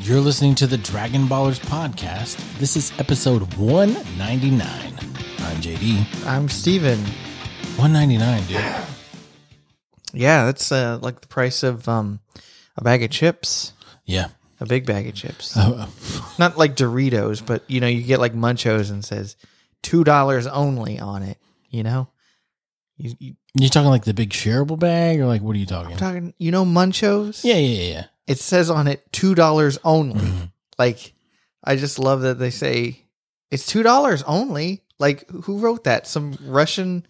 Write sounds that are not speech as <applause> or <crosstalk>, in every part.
You're listening to the Dragon Ballers podcast. This is episode 199. I'm JD. I'm Steven. 199, dude. Yeah, that's uh, like the price of um, a bag of chips, Yeah. a big bag of chips. Uh, Not like Doritos, but you know, you get like Munchos and says two dollars only on it. You know, you, you you talking like the big shareable bag or like what are you talking? I'm talking. You know, Munchos. yeah, yeah, yeah, yeah. it says on it two dollars only. Mhm. Like, I just love that they say it's two dollars only. Like, who wrote that? Some Russian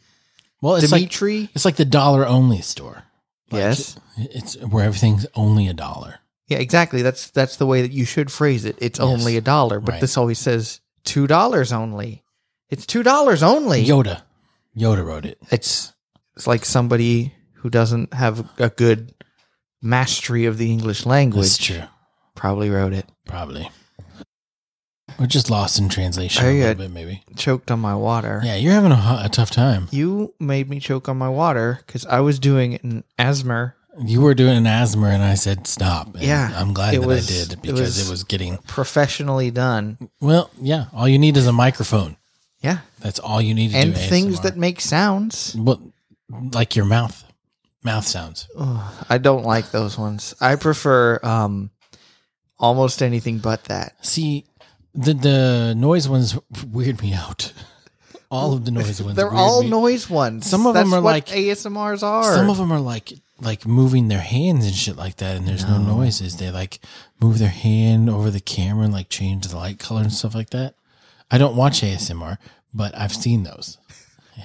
Well, it's like Dimitri? it's like the dollar only store. Like, yes. It's where everything's only a dollar. Yeah, exactly. That's that's the way that you should phrase it. It's Yes. only a dollar, but Right. this always says two dollars only. It's two dollars only. Yoda. Yoda wrote it. It's it's like somebody who doesn't have a good mastery of the English That's language true. probably wrote it. Probably. We're just lost in translation a I little got- bit, maybe. Choked on my water. Yeah, you're having a, hu- a tough time. You made me choke on my water because I was doing an asthma You were doing an asthma, and I said stop. And Yeah, I'm glad it that was- I did it because it was, was- getting professionally done. well. Yeah, all you need is a microphone. Yeah, That's all you need to and do. things ASMR. that make sounds. well, like your mouth, mouth sounds. Ugh, I don't like those ones. I prefer um, almost anything but that. See, the the noise ones weird me out. <laughs> All of the noise ones. They're weird all me. noise ones. Some of That's them are what like- ASMRs are. Some of them are like like moving their hands and shit like that, and there's no, noises. They like move their hand over the camera and like change the light color and stuff like that. I don't watch ASMR, but I've seen those.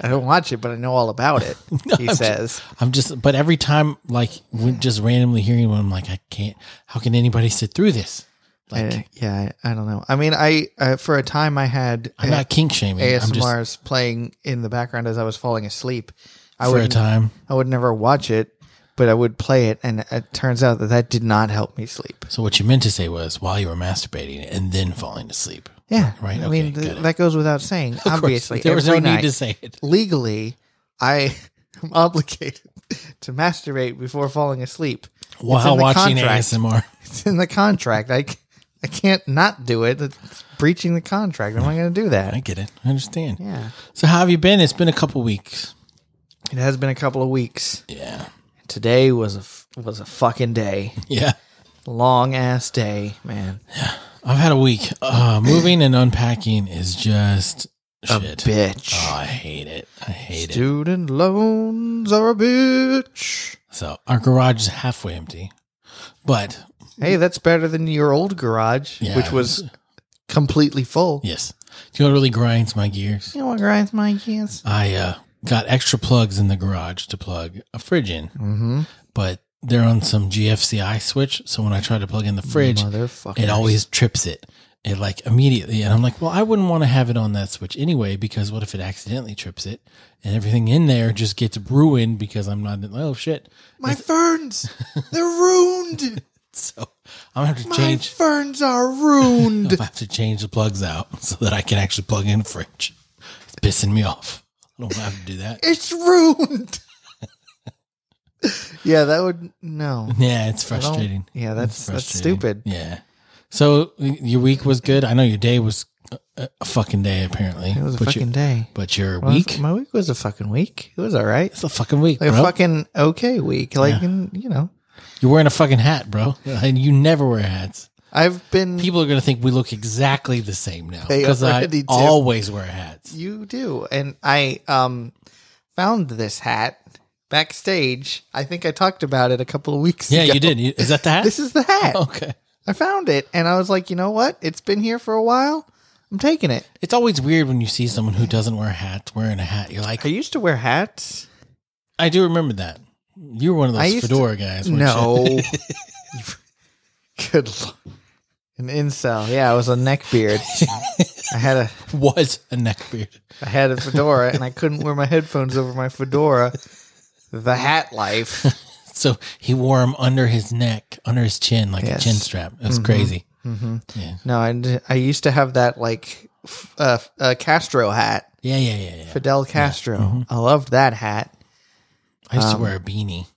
I don't watch it, but I know all <laughs> about it. he says, I'm just, but every time, like, when just randomly hearing one, I'm like, I can't. How can anybody sit through this? Like, I- "Yeah, I I don't know. I mean, I uh, for a time I had I'm uh, not kink shaming. I'm just ASMRs playing in the background as I was falling asleep. I for a would time. I would never watch it, but I would play it, and it turns out that that did not help me sleep. So what you meant to say was while you were masturbating and then falling to sleep. Yeah, Right, I okay, mean, got th- it. that goes without saying. Of course, obviously, there was no every need night, to say it. legally, I <laughs> am obligated <laughs> to masturbate before falling asleep. While the watching contract. ASMR, It's <laughs> in the contract. I, c- I can't not do it. It's breaching the contract. Am I going to do I that? get it. I understand. Yeah. So how have you been? It's been a couple weeks. It has been a couple of weeks. Yeah, Today was a f- was a fucking day. yeah. Long ass day, man. I've had a week. Uh, moving and unpacking is just shit. Bitch. Oh, I hate it. I hate it. Student loans are a bitch. So our garage is halfway empty, but Hey, that's better than your old garage, Yeah, which it was completely full. yes. Do you know what really grinds my gears? You know what grinds my gears? I uh, got extra plugs in the garage to plug a fridge in. Mm-hmm. but they're on some GFCI switch. So when I try to plug in the fridge, Motherfucker. it always trips it. It like immediately, and I'm like, well, I wouldn't want to have it on that switch anyway because what if it accidentally trips it, and everything in there just gets ruined because I'm not. Oh shit! <laughs> My ferns, they're ruined. So I'm gonna have to My change. ferns are ruined. I have to change the plugs out <laughs> so that I can actually plug in the fridge. It's pissing me off. I don't have to do that. It's ruined. <laughs> yeah, that would no. Yeah, it's I don't- frustrating. Yeah, that's that's frustrating. stupid. Yeah. So y- your week was good. I know your day was a- a, a fucking day, apparently. It was a but fucking your, day. But your Well, week, My week was a fucking week. It was all right. it's a fucking week, Like bro. a fucking okay week. Like in, you know, You're wearing a fucking hat, bro, and you never wear hats. I've been. People are gonna think we look exactly the same now They because I already do. always wear hats. You do, and I um found this hat backstage. I think I talked about it a couple of weeks Yeah, ago. you did. Oh. You- Is <laughs> that the hat? This is the hat. okay. I found it, and I was like, you know what? It's been here for a while. I'm taking it. It's always weird when you see someone who doesn't wear hats wearing a hat. You're like, I used to wear hats. I do remember that. You were one of I those used to- fedora guys. weren't you? No. <laughs> Good lord. An incel. Yeah, I was a neck beard. I had a <laughs> was a neck beard. I had a fedora and I couldn't wear my headphones over my fedora. The hat life. So he wore them under his neck, under his chin, like a Yes. Mm-hmm. chin strap. It was crazy. No, I, I used to have that like f- uh, f- uh, Castro hat. Yeah, yeah, yeah, yeah. Mm-hmm. Fidel Castro. I loved that hat. I used to wear a beanie.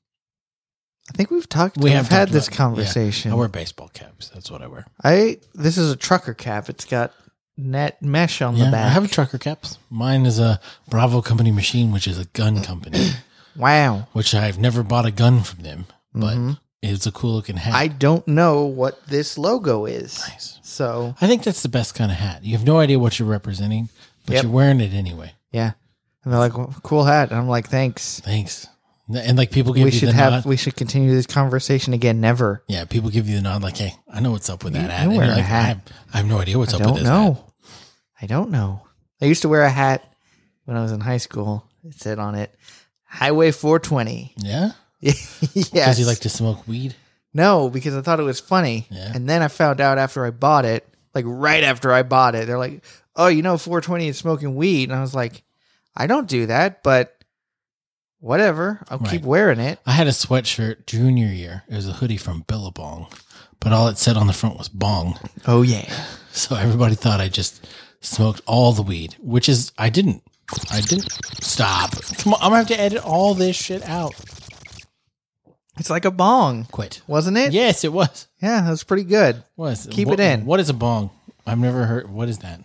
I think we've talked. We have I've had talked this about- conversation. I wear baseball caps. That's what I wear. I this is a trucker cap. It's got net mesh on Yeah, the back. I have trucker caps. Mine is a Bravo Company machine, which is a Mm. gun company, wow. which I've never bought a gun from them, but it's a cool looking hat. Mm-hmm. I don't know what this logo is. Nice. So I think that's the best kind of hat. You have no idea what you're representing, but Yep. you're wearing it anyway. yeah, and they're like, well, "Cool hat," and I'm like, "Thanks." Thanks. And, and, like people give We you should the have. nod. We should continue this conversation again. Never. yeah, people give you the nod like, "Hey, I know what's up with that hat." you And wear you're a like, hat. I have, I have no idea what's I up with don't this. hat. know. I don't know. I used to wear a hat when I was in high school. It said on it, "Highway 420." Yeah, <laughs> yes. because you like to smoke weed. No, because I thought it was funny. Yeah. And then I found out after I bought it, like right after I bought it, they're like, oh, you know, 420 is smoking weed. And I was like, I don't do that, but whatever. I'll keep Right. wearing it. I had a sweatshirt junior year. It was a hoodie from Billabong, but all it said on the front was "bong." Oh, yeah. <laughs> So everybody thought I just smoked all the weed, which is I didn't. I didn't stop. Come on, I'm gonna have to edit all this shit out. It's like a bong, Quit. wasn't it? Yes, it was. Yeah, that was pretty good. Was Keep What- it in. What is a bong? I've never heard. What is that?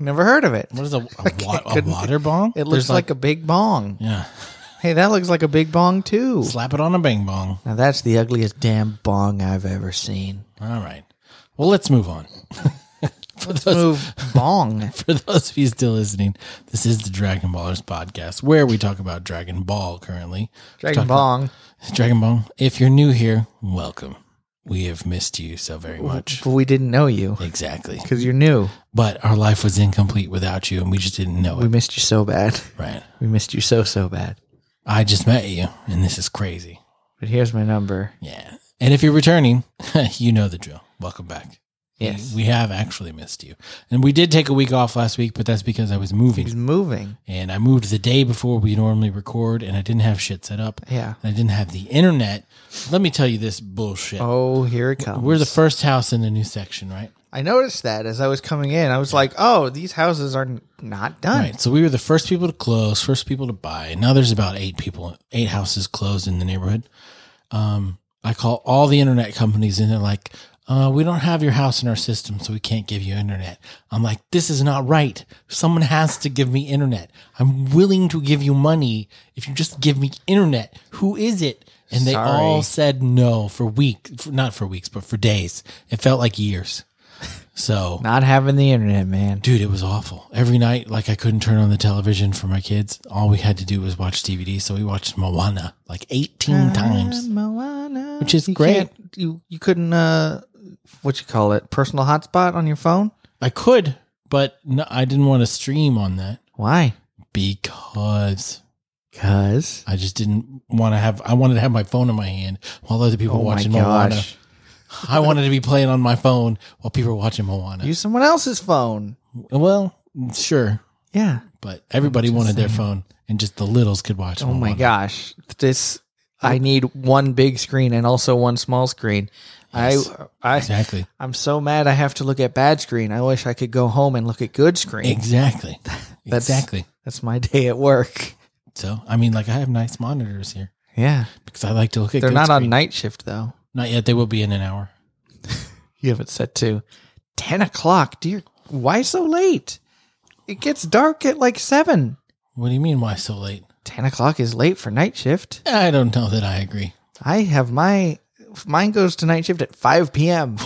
Never heard of it. What is <laughs> a, a, wa- a couldn't- water bong? It looks There's like, a big bong. yeah. Hey, that looks like a big bong, too. Slap it on a bang bong. Now, that's the ugliest damn bong I've ever seen. All right. Well, let's move on. <laughs> for those Move <laughs> bong. for those of you still listening, this is the Dragon Ballers podcast where we talk about Dragon Ball currently. Dragon Talk- bong. Dragon Ball. If you're new here, welcome. We have missed you so very much. But we didn't know you Exactly. because you're new. But our life was incomplete without you and we just didn't know We it. missed you so bad. <laughs> Right. We missed you so so bad. I just met you and this is crazy. But here's my number. Yeah. And if you're returning, <laughs> you know the drill. Welcome back. Yes. We have actually missed you. And we did take a week off last week, but that's because I was moving. He's moving. and I moved the day before we normally record, and I didn't have shit set up, Yeah. and I didn't have the internet. Let me tell you this bullshit. Oh, here it comes. We're the first house in the new section, right? I noticed that as I was coming in. I was like, "Oh, these houses are n- not done." Right. So we were the first people to close, first people to buy. Now there's about eight people, eight houses closed in the neighborhood. Um, I call all the internet companies, and they're like, uh, "We don't have your house in our system, so we can't give you internet." I'm like, "This is not right. Someone has to give me internet. I'm willing to give you money if you just give me internet. Who is it?" And they Sorry. all said no for week, for, not for weeks, but for days. It felt like years. So Not having the internet, man. Dude, it was awful. Every night, like I couldn't turn on the television for my kids. All we had to do was watch DVD. So we watched Moana like 18 Um, times. Moana. Which is You great. can't- You you couldn't uh, what you call it? Personal hotspot on your phone? I could, but no, I didn't want to stream on that Why? because Cause. I just didn't want to have, I wanted to have my phone in my hand while other people Oh were my watching Moana. gosh! <laughs> I wanted to be playing on my phone while people were watching Moana. Use someone else's phone. well, sure, Yeah. but everybody wanted their phone and just the littles could watch Oh my gosh. This I need one big screen and also one small screen. Yes. I I Exactly. I'm so mad I have to look at bad screen. I wish I could go home and look at good screen. Exactly. <laughs> That's- exactly. That's my day at work. So, I mean, like I have nice monitors here Yeah. because I like to look at. They're good not on screen. night shift though. Not yet. They will be in an hour. You have it set to ten o'clock. Dear why so late? It gets dark at like seven. What do you mean? Why so late? Ten o'clock is late for night shift. I don't know that I agree. <laughs> I have my mine goes to night shift at five PM.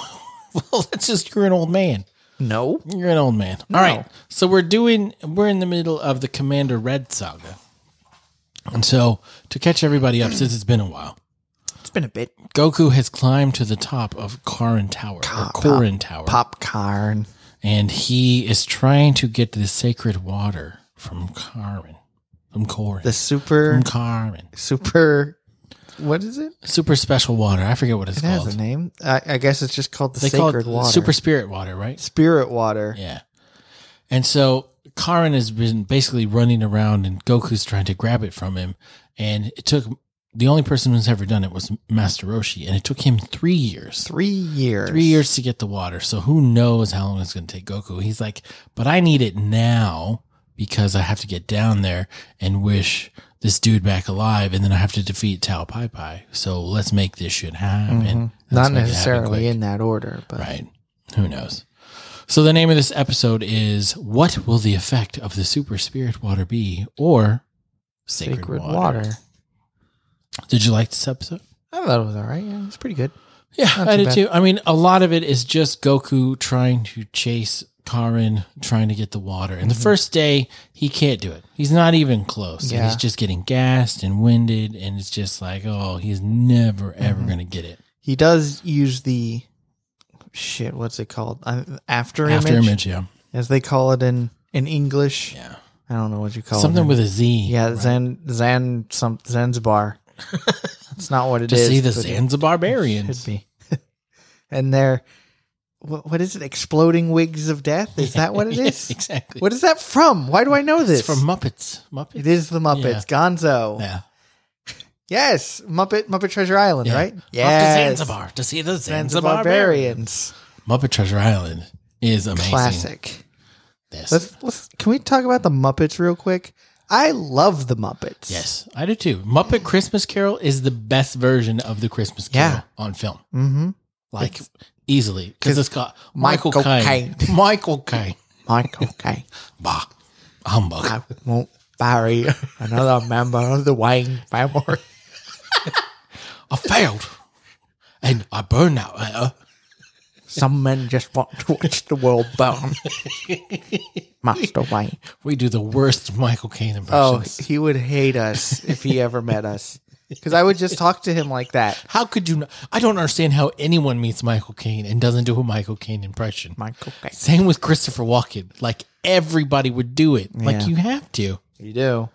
Well, that's just you're an old man. <laughs> no. You're an old man. All right. So we're doing. We're in the middle of the Commander Red saga, and so to catch everybody up, since it's been a while, It's been a bit Goku has climbed to the top of Karin Tower or Korin Tower, popcorn. and he is trying to get the sacred water from Karin, from Korin, The super from Karin. super what is it? super special water. I forget what it's It has called. a name. I, I guess it's just called the They call sacred it water. super spirit water, right? spirit water. Yeah. And so Karin has been basically running around, and Goku's trying to grab it from him. And it took the only person who's ever done it was Master Roshi, and it took him three years. Three years. Three years to get the water. So who knows how long it's going to take Goku? He's like, but I need it now because I have to get down there and wish this dude back alive, and then I have to defeat Tao Pai Pai. So let's make this shit happen. Mhm. Let's make Not it happen quick. necessarily in that order, but Right. Who knows? So the name of this episode is What Will the Effect of the Super Spirit Water Be? or Sacred, sacred water. water. Did you like this episode? I thought it was all right. Yeah, it's pretty good. Yeah, Not I too did bad. too. I mean, a lot of it is just Goku trying to chase Karin, trying to get the water. And Mm-hmm. the first day, he can't do it. He's not even close. And Yeah. he's just getting gassed and winded. And it's just like, oh, he's never, ever Mhm. going to get it. He does use the shit. What's it called? I'm, after, After image, image, yeah. as they call it in in English. Yeah. I don't know what you call Something it. with a Z. yeah, Zan Zan some <laughs> Zanzibar. That's not what it To is. see the but it Zanzibar Should Barbarians. be. and they're what, what is it? Exploding wigs of death? Is that what <laughs> it is? exactly. What is that from? Why do I know this? It's from Muppets. Muppets. It is the Muppets. Yeah. Gonzo. Yeah. Yes, Muppet Muppet Treasure Island, Yeah. right? Off Yes. To Zanzibar to see the Zanzibar, Zanzibar Barbarians. Barbarians. Muppet Treasure Island is amazing. Classic. Yes. Let's, let's can we talk about the Muppets real quick? I love the Muppets. Yes, I do too. Muppet Christmas Carol is the best version of the Christmas Carol Yeah. on film, Mm-hmm. like easily, because it's got Michael Michael Caine. <laughs> Michael Caine. <laughs> Michael Caine. Bah, humbug. I won't bury another member of the Wayne family. I failed, and I uh, burned out there. Some men just want to watch the world <laughs> burn. Master Wayne. We do the worst Michael Caine Oh, impressions. he would hate us if he ever met us. Because I would just talk to him like that. How could you? Not, I don't understand how anyone meets Michael Caine and doesn't do a Michael Caine impression. Michael Caine. Same with Christopher Walken. Like everybody would do it. Like Yeah. you have to. You do.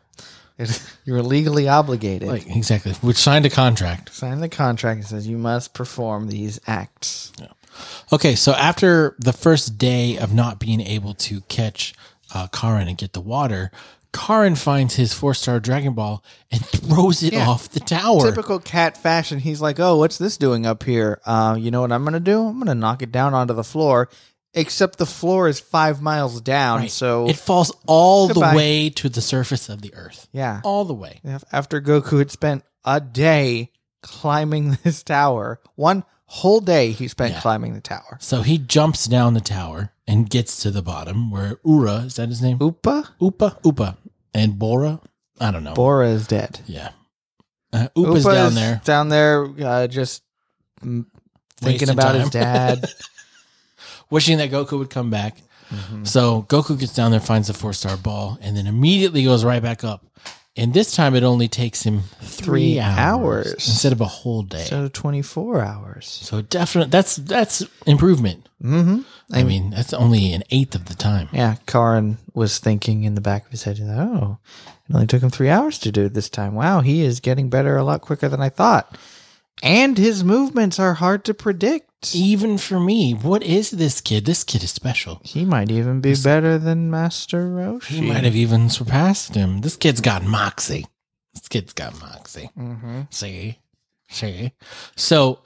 It's- You're legally obligated. Like exactly. We signed a contract. Sign the contract that says you must perform these acts. Okay, so after the first day of not being able to catch uh, Karin and get the water, Karin finds his four star Dragon Ball and <laughs> throws it Yeah. off the tower. Typical cat fashion. He's like, "Oh, what's this doing up here? Uh, you know what I'm gonna do? I'm gonna knock it down onto the floor." Except the floor is five miles down, Right. so it falls all Goodbye. the way to the surface of the earth. yeah. All the way. Af- After Goku had spent a day climbing <laughs> this tower, one whole day he spent Yeah. climbing the tower. So he jumps down the tower and gets to the bottom where Ura, is that his name? Upa Upa, Upa, and Bora. I don't know. Bora is dead. Yeah. Uh, Upa's Upa down is there. down there, uh, just mm, thinking wasting about time. <laughs> his dad. wishing that Goku would come back. Mhm. So Goku gets down there, finds the four star ball, and then immediately goes right back up. And this time it only takes him three, Three hours, hours. instead of a whole day. So, So twenty four hours. definitely that's that's improvement. Mm-hmm. I mean, that's only an eighth of the time. Yeah, Karin was thinking in the back of his head, oh, it only took him three hours to do it this time. Wow, he is getting better a lot quicker than I thought. And his movements are hard to predict. Even for me, what is this kid? This kid is special. He might even be better than Master He Roshi. might have even surpassed him. This kid's got moxie. This kid's got moxie. Mm-hmm. See, see. So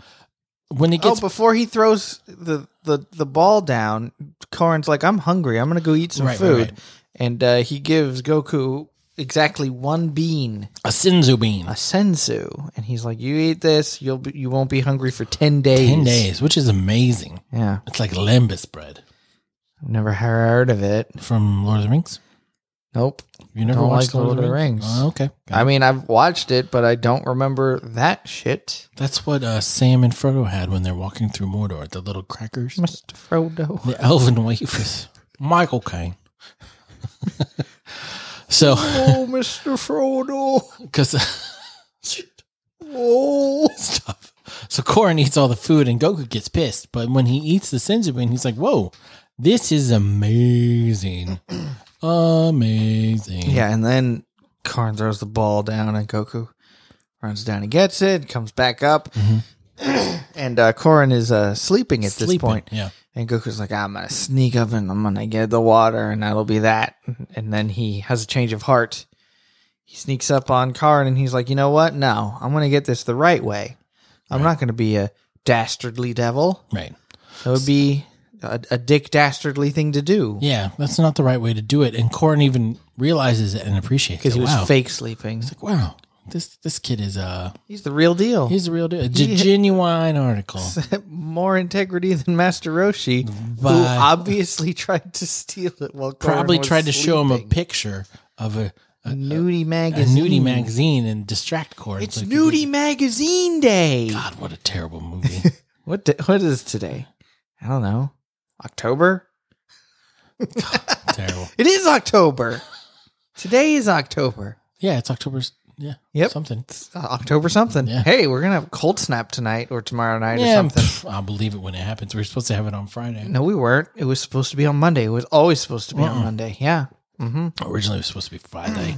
when he Oh, gets before he throws the, the, the ball down, Karin's like, I'm hungry. I'm going to go eat some Right, right, food. right. And uh, he gives Goku exactly one bean, a Sinzu bean, a senzu. And he's like, You eat this, you'll be, you won't be hungry for 10 days. ten days, which is amazing. Yeah. It's like lembas bread. I've never heard of it. from Lord of the Rings? Nope. You never Don't watched like Lord, of the Rings? Oh, okay, I mean, I've watched it, but I don't remember that shit. that's what uh, Sam and Frodo had when they're walking through Mordor. The little <laughs> crackers, Mr. Frodo. the elven wafers. Michael Caine. <laughs> so, Oh, Mr. Frodo. <laughs> because Oh. stuff. So Corrin eats all the food, and Goku gets pissed. But when he eats the senzu bean, he's like, "Whoa, this is amazing, <clears throat> amazing." Yeah, and then Karn throws the ball down, and Goku runs down and gets it, comes back up. Mhm. <clears throat> And uh, Korin is uh, sleeping at this Sleeping. point. Yeah, And Goku's like, I'm going to sneak up and I'm going to get the water, and that'll be that. And then he has a change of heart. He sneaks up on Karn and he's like, You know what? No, I'm going to get this the right way. I'm not going to be a dastardly devil. right. That would be a, a dick dastardly thing to do Yeah, that's not the right way to do it. And Corin even realizes it and appreciates it. because he was wow. fake sleeping. It's like, wow, this this kid is uh He's the real deal. he's the real deal. A g- genuine <laughs> article. more integrity than Master Roshi, who But- obviously <laughs> tried to steal it while Corin Probably was tried to show him a sleeping. picture of a a, nudie a magazine. nudie magazine and distract Corin. It's nudie magazine <laughs> day. God, what a terrible movie. <laughs> What da- what is today? I don't know. October. terrible. It is <laughs> October. Today is October. Yeah, it's October's yeah. Yep. Something. It's October something. Yeah. Hey, we're gonna have cold snap tonight or tomorrow night Yeah, or something. pff, I'll believe it when it happens. We are supposed to have it on Friday. No, we weren't. It was supposed to be on Monday. It was always supposed to be Uh-uh. on Monday. Yeah. hmm Originally it was supposed to be Friday.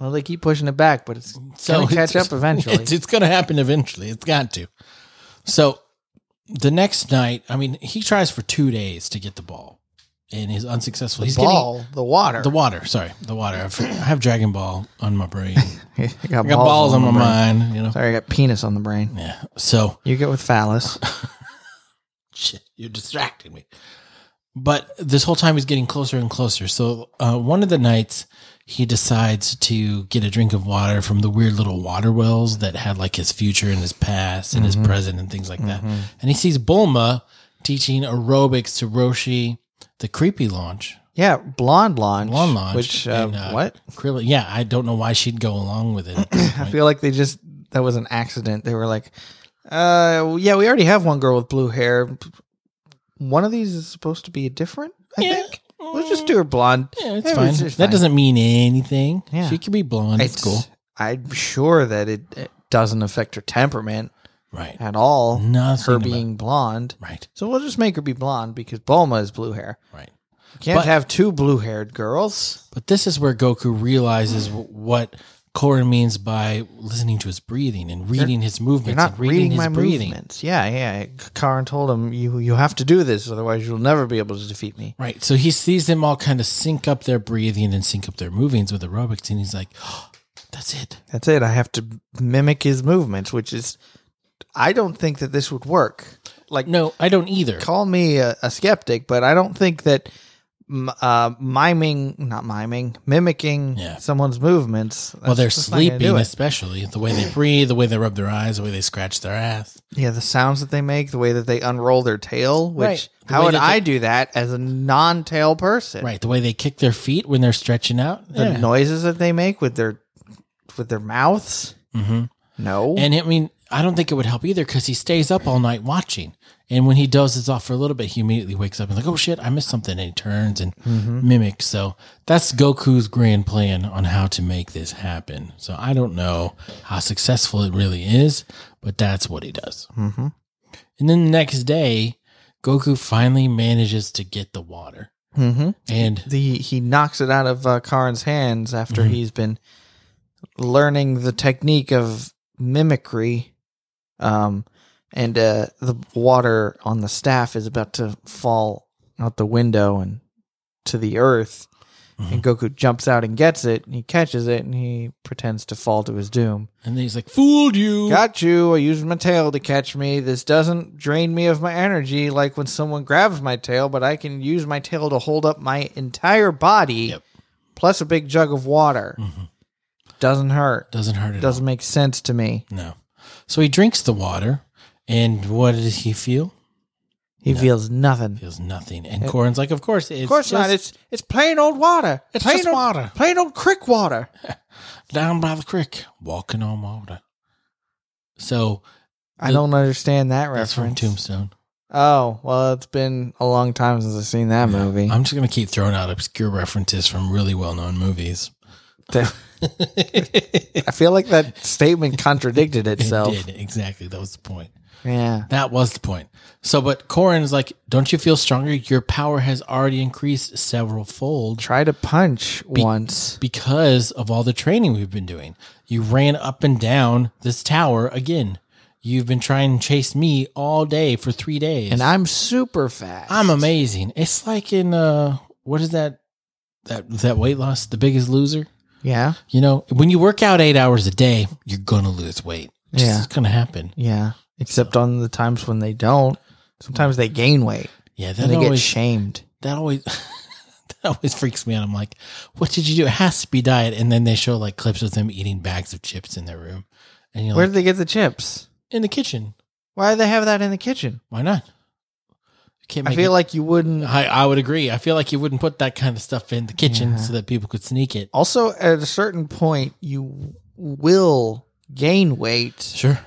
Well, they keep pushing it back, but it's So gonna catch <laughs> it's- up eventually. It's, it's going to happen eventually. It's got to. So the next night, I mean, he tries for two days to get the ball, and he's unsuccessful. he's ball, the water. getting <laughs> the water. Sorry, the water. I for- I have Dragon Ball on my brain. I got, I got balls, on my brain. mind. You know. Sorry, I got penis on the brain. Yeah. So You get <laughs> with phallus. shit, you're distracting me. But this whole time he's getting closer and closer. So uh, one of the nights he decides to get a drink of water from the weird little water wells that had like his future and his past and Mm-hmm. his present and things like that. And he sees Bulma teaching aerobics to Roshi, the creepy launch, Yeah, blonde launch. lawn launch. Which uh, and, uh, what? Krillin. Yeah, I don't know why she'd go along with <clears throat> it. at this I point. feel like they just that was an accident. They were like, uh, yeah, we already have one girl with blue hair. One of these is supposed to be different. I Yeah. think let's just do her blonde. yeah, it's Yeah, fine. it's just That fine. doesn't mean anything. Yeah. She could be blonde. It's, cool. I'm sure that it, it doesn't affect her temperament Right. at all. Nothing. her about- being blonde. right. So we'll just make her be blonde because Bulma is blue hair. Right. You can't But- have two blue haired girls. But this is where Goku realizes w- what Korin means by listening to his breathing and reading his You're movements not and reading, reading his my breathing. movements. Yeah, yeah. Karin told him you you have to do this, otherwise you'll never be able to defeat me. Right. So he sees them all kind of sync up their breathing and sync up their movements with aerobics. And he's like, <gasps> oh, that's it. That's it. I have to mimic his movements, which is I don't think that this would work. Like No, I don't either. call me a, a skeptic, but I don't think that m- uh, miming, not miming, mimicking Yeah. someone's movements. Well, they're sleeping, It. especially the way they breathe, the way they rub their eyes, the way they scratch their ass. Yeah, the sounds that they make, the way that they unroll their tail. Which Right. The how way would that they- I do that as a non-tail person? Right. The way they kick their feet when they're stretching out. The noises that they make with their with their mouths. hmm No. And I mean, I don't think it would help either because he stays up all night watching. And when he dozes off for a little bit, he immediately wakes up and like, oh shit, I missed something. And he turns and Mm-hmm. mimics. So that's Goku's grand plan on how to make this happen. So I don't know how successful it really is, but that's what he does. mm-hmm. And then the next day, Goku finally manages to get the water. Mm-hmm. And the he knocks it out of uh, Karin's hands after Mhm. he's been learning the technique of mimicry, um, and uh, the water on the staff is about to fall out the window and to the earth. And Goku jumps out and gets it, and he catches it, and he pretends to fall to his doom. and then he's like, fooled you. Got you! I used my tail to catch me. This doesn't drain me of my energy like when someone grabs my tail, but I can use my tail to hold up my entire body, Yep. plus a big jug of water. Mhm. Doesn't hurt. Doesn't hurt at Doesn't make sense to me. all. No. So he drinks the water. And what does he feel? He feels nothing. feels nothing. And Corin's like, of course, it's Of course not. just It's it's plain old water. It's plain just old, water. Plain old creek water. down by the creek, walking on water. So I don't understand that that's from reference. Tombstone. oh well, it's been a long time since I've seen that movie. I'm just gonna keep throwing out obscure references from really well-known <laughs> movies. That- I feel like that statement contradicted <laughs> itself. It did exactly. That was the point. Yeah. That was the point. So, but Corin's like, "Don't you feel stronger? Your power has already increased several fold." Try to punch once. because of all the training we've been doing. You ran up and down this tower again. You've been trying to chase me all day for three days. And I'm super fast. I'm amazing. It's like in uh what is that that that weight loss, the biggest loser? Yeah. You know, when you work out eight hours a day, you're gonna lose weight. It's Yeah. just gonna happen. Yeah. Except on the times when they don't. Sometimes they gain weight. Yeah, And that they get always shamed. that always <laughs> that always freaks me out. I'm like, what did you do? It has to be diet. And then they show like clips of them eating bags of chips in their room, and you're Where like, did they get the chips? in the kitchen. Why do they have that in the kitchen? Why not? Can't I make feel it- like you wouldn't. I, I would agree. I feel like you wouldn't put that kind of stuff in the kitchen Yeah. so that people could sneak it. Also, at a certain point, you will gain weight Sure.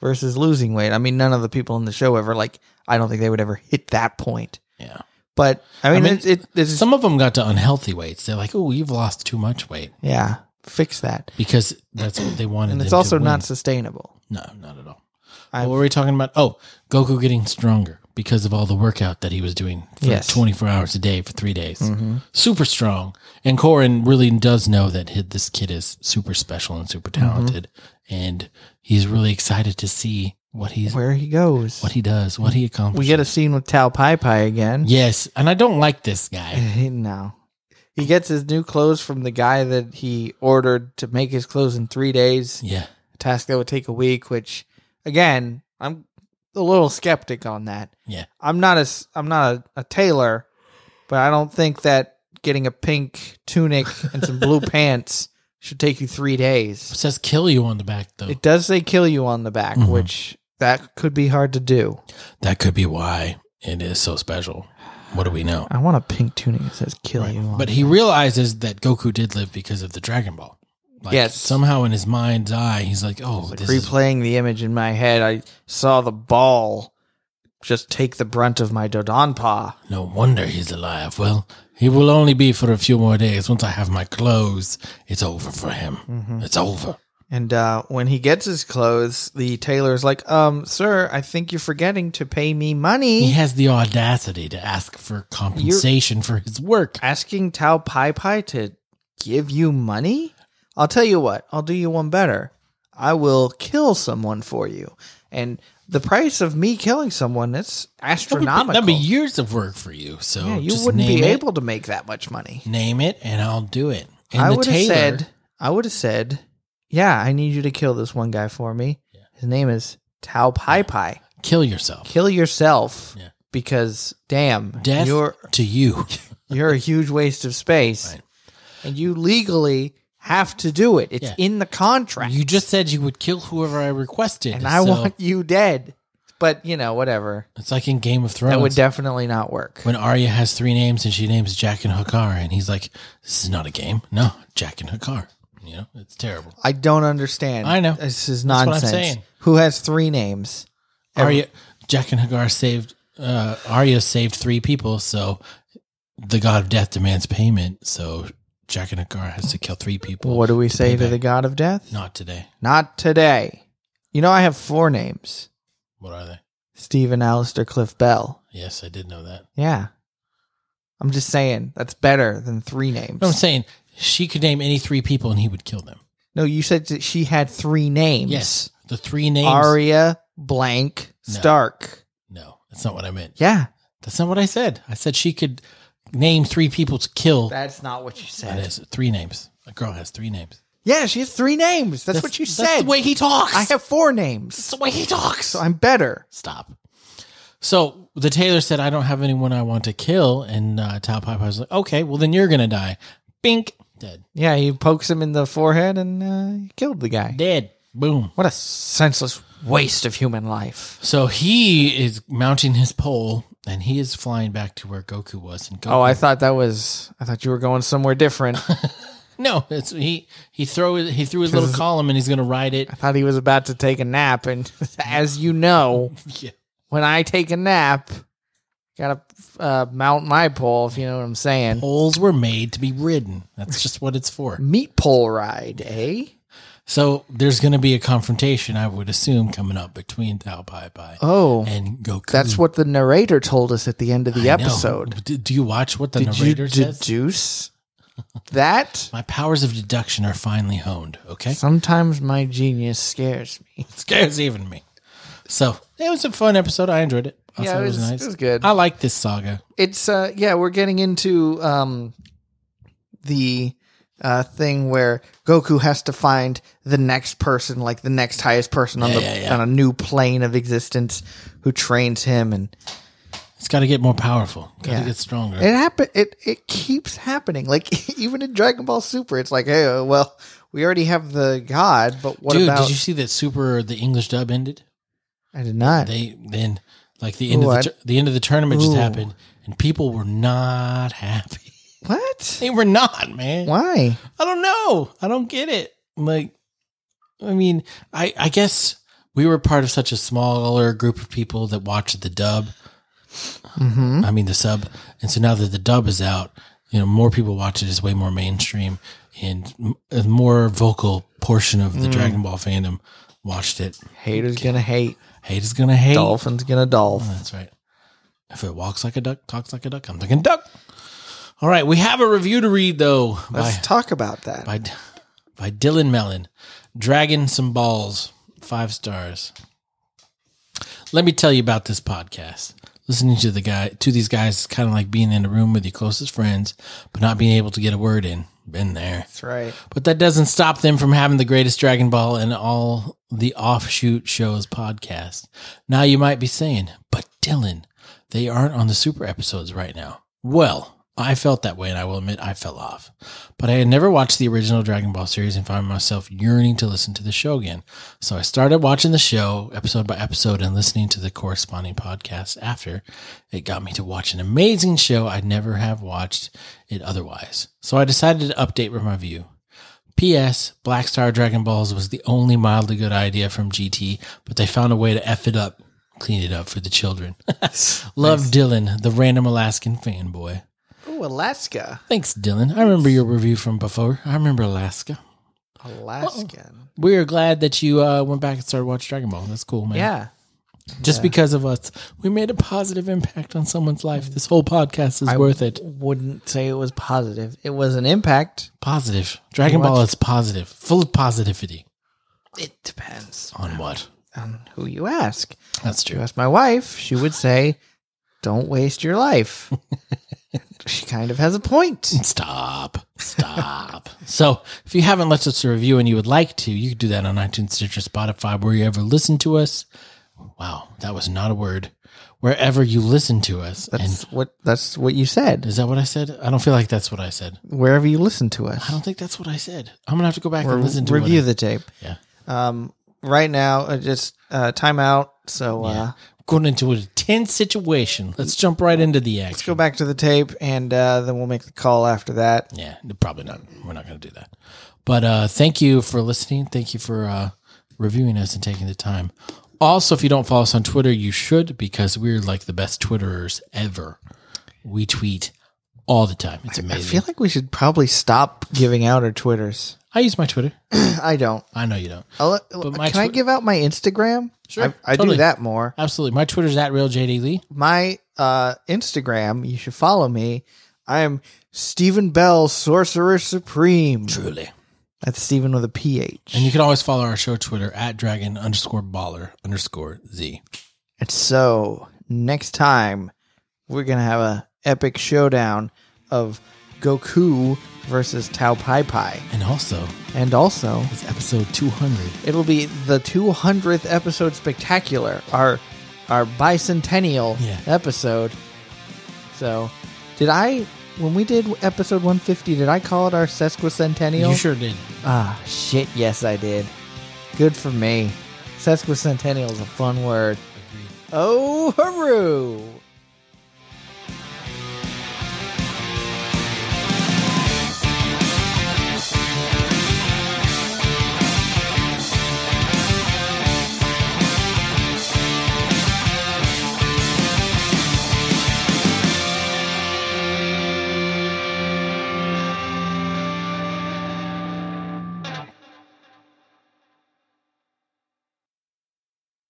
versus losing weight. I mean, none of the people in the show ever like. I don't think they would ever hit that point. Yeah. But I mean, mean, it, it, it's Some of them got to unhealthy weights. They're like, oh, you've lost too much weight yeah, fix that. because that's what they wanted. And it's them also to win. not sustainable. No, not at all. I- what were we talking about? Oh, Goku getting stronger because of all the workout that he was doing for Yes. Mm. 24 hours a day for three days. Super strong. And Korin really does know that hi- this kid is super special and super Mm-hmm. talented. And he's really excited to see what he's, Where he goes, what he does, what he accomplishes. we get a scene with Tao Pai Pai again. <laughs> yes. And I don't like this guy. no, he gets his new clothes from the guy that he ordered to make his clothes in three days. Yeah. a task that would take a week which again i'm a little skeptic on that Yeah. i'm not as i'm not a, a tailor but i don't think that getting a pink tunic and some <laughs> blue pants should take you three It days says kill you on the back, though. it does say kill you on the back Mhm. which that could be hard to do that could be why it is so special. What do we know? i want a pink tunic that says kill Right. you on But he realizes that Goku did live because of the Dragon Ball. Like, Yes. Somehow in his mind's eye, he's like, oh, like this is. replaying the image in my head i saw the ball just take the brunt of my dodonpa No wonder he's alive. Well, he will only be for a few more days. Once I have my clothes, it's over for him. It's over. And uh, when he gets his clothes, the tailor's like, "Um, sir, I think you're forgetting to pay me money." He has the audacity to ask for compensation for his work. Asking Tao Pai Pai to give you money? I'll tell you what. I'll do you one better. I will kill someone for you, and the price of me killing someone it's That'd be, astronomical. that'd be years of work for you. So yeah, you just wouldn't name be it, able to make that much money. Name it, and I'll do it. And I the would have tailor- said, I would have said, yeah, I need you to kill this one guy for me. His name is Tao Pai Pai. kill yourself. kill yourself Yeah. because damn Death you're to <laughs> you. you're a huge waste of space Right. and you legally have to do it it's Yeah. in the contract You just said you would kill whoever I requested. and i so want you dead but you know whatever It's like in Game of Thrones. that would definitely not work when Arya has three names and she names Jack and Hakkar, and he's like, "This is not a game. No, Jack and Hakkar. You know, it's terrible." i don't understand I know. this is That's what I'm nonsense saying. who has three names Arya, Jack and Hakkar saved. Uh, Arya saved three people, so the god of death demands payment. So Jack and Hakkar has to kill three people. what do we say pay to back. the god of death Not today. not today you know i have four names What are they? stephen Alistair cliff bell Yes, I did know that. yeah i'm just saying that's better than three names But I'm saying she could name any three people, and he would kill them. No, you said that she had three names. Yes, the three names. Aria, blank, No. Stark. no, that's not what I meant. Yeah. That's not what I said. I said she could name three people to kill. That's not what you said. That is three names. A girl has three names. Yeah, she has three names. That's, what you said. the way he talks. I have four names. That's the way he talks. So I'm better. Stop. So the tailor said, "I don't have anyone I want to kill," and uh, Tao Pai Pai was like, "Okay, well then you're gonna die." Bink, dead, Yeah, he pokes him in the forehead and uh, he killed the guy. dead. Boom. What a senseless waste of human life. So he is mounting his pole, and he is flying back to where Goku was. And Goku, Oh, I thought that was. I thought you were going <laughs> somewhere different. I no, it's he. He throw he threw his little column, and he's gonna ride <laughs> it. thought he was about to take a nap. And <laughs> as you know, Yeah. when I take a nap, gotta uh, mount my pole, if you know what I'm saying. Poles were made to be ridden. That's just what it's for. meat pole ride, eh? So there's going to be a confrontation, I would assume, coming up between Tao Pai Pai Oh, and Goku. that's what the narrator told us at the end of the I know. episode. Do, do you watch what the Did you narrator says? deduce that? My powers of deduction are finally honed. <laughs> Okay, Sometimes my genius scares me. it scares even me. So it was a fun episode. I enjoyed it. I Yeah, thought it was- it was good. I like this saga. It's uh yeah, we're getting into um the uh thing where Goku has to find the next person, like the next highest person on Yeah, the yeah, yeah. on a new plane of existence who trains him and It's It's got to get more powerful. Got to Yeah. get stronger. It happen. It it keeps happening. Like <laughs> even in Dragon Ball Super, it's like, hey, uh, well, we already have the god, but what Dude, about? did you see that Super the English dub ended? I did not. They then like the end Ooh, of I- the, tur- the end of the tournament Ooh. just happened, and people were not happy. <laughs> what? They were not, man. Why? I don't know. I don't get it. Like, I mean, I I guess we were part of such a smaller group of people that watched the dub. Mm-hmm. I mean the sub, and so now that the dub is out, you know more people watch it. It's way more mainstream, and m- a more vocal portion of Mm. the Dragon Ball fandom watched it. Haters gonna hate. Hate is gonna hate. Dolphins gonna dolph. That's right. If it walks like a duck, talks like a duck, I'm thinking duck. All right, we have a review to read though Let's by, talk about that. by by Dylan Mellon. Dragon some balls, five stars. Let me tell you about this podcast. Listening to the guy to these guys is kind of like being in a room with your closest friends, but not being able to get a word in. Been there. That's right. But that doesn't stop them from having the greatest Dragon Ball and all the offshoot shows podcast. Now you might be saying, but Dylan, they aren't on the super episodes right now. Well, I felt that way and I will admit I fell off. But I had never watched the original Dragon Ball series and found myself yearning to listen to the show again. So I started watching the show episode by episode and listening to the corresponding podcast after. It got me to watch an amazing show I'd never have watched it otherwise. So I decided to update from my view. P.S. Black Star Dragon Balls was the only mildly good idea from GT, but they found a way to F it up, clean it up for the <laughs> children. <laughs> Love Dylan, the random Alaskan fanboy. Oh, Alaska. Thanks, Dylan. I remember your review from before. I remember Alaska. Alaskan. We are glad that you uh, went back and started watching Dragon Ball. That's cool, man. Yeah. Just because of us, we made a positive impact on someone's life. This whole podcast is worth it. Wouldn't say it was positive. It was an impact. Positive. Dragon Ball is positive, full of positivity. It depends On what? on who you ask. That's You true. ask my wife, she would say, "Don't waste <laughs> your life." she kind of has a point. Stop. Stop. <laughs> so, if you haven't left us a review and you would like to, you can do that on iTunes, Stitcher, Spotify, where you ever listen to us. Wow, that was not a word. Wherever you listen to us. That's what that's what you said. and is that what I said? I don't feel like that's what I said. Wherever you listen to us, I don't think that's what I said. I'm going to have to go back Or and listen to what review I- the tape. Yeah. Um, right now, uh, just uh, time out. So uh, Going into a tense situation. Let's jump right into the action. let's go back to the tape, and uh, then we'll make the call after that. Yeah, no, probably not. We're not going to do that. But uh, thank you for listening. Thank you for uh, reviewing us and taking the time. Also, if you don't follow us on Twitter, you should because we're like the best Twitterers ever. We tweet all the time. It's I amazing. I, feel like we should probably stop giving out our Twitters. use my Twitter. <clears throat> I don't. I know you don't. I'll, my can I Twi- give out my Instagram? Sure, I, I totally. do that more. Absolutely. My Twitter's at real JD Lee. My uh, Instagram, you should follow me. I am Stephen Bell, Sorcerer Supreme. Truly. That's Stephen with a PH. And you can always follow our show Twitter at dragon underscore baller underscore Z. And so next time we're gonna have a epic showdown of Goku versus Tao Pai Pai. And also, And also it's episode 200. it'll be the two hundredth episode spectacular, our our bicentennial Yeah. episode. So did I when we did episode one fifty, did I call it our sesquicentennial? You sure did. Ah shit, yes I did. Good for me. Sesquicentennial is a fun word. Oh hooroo!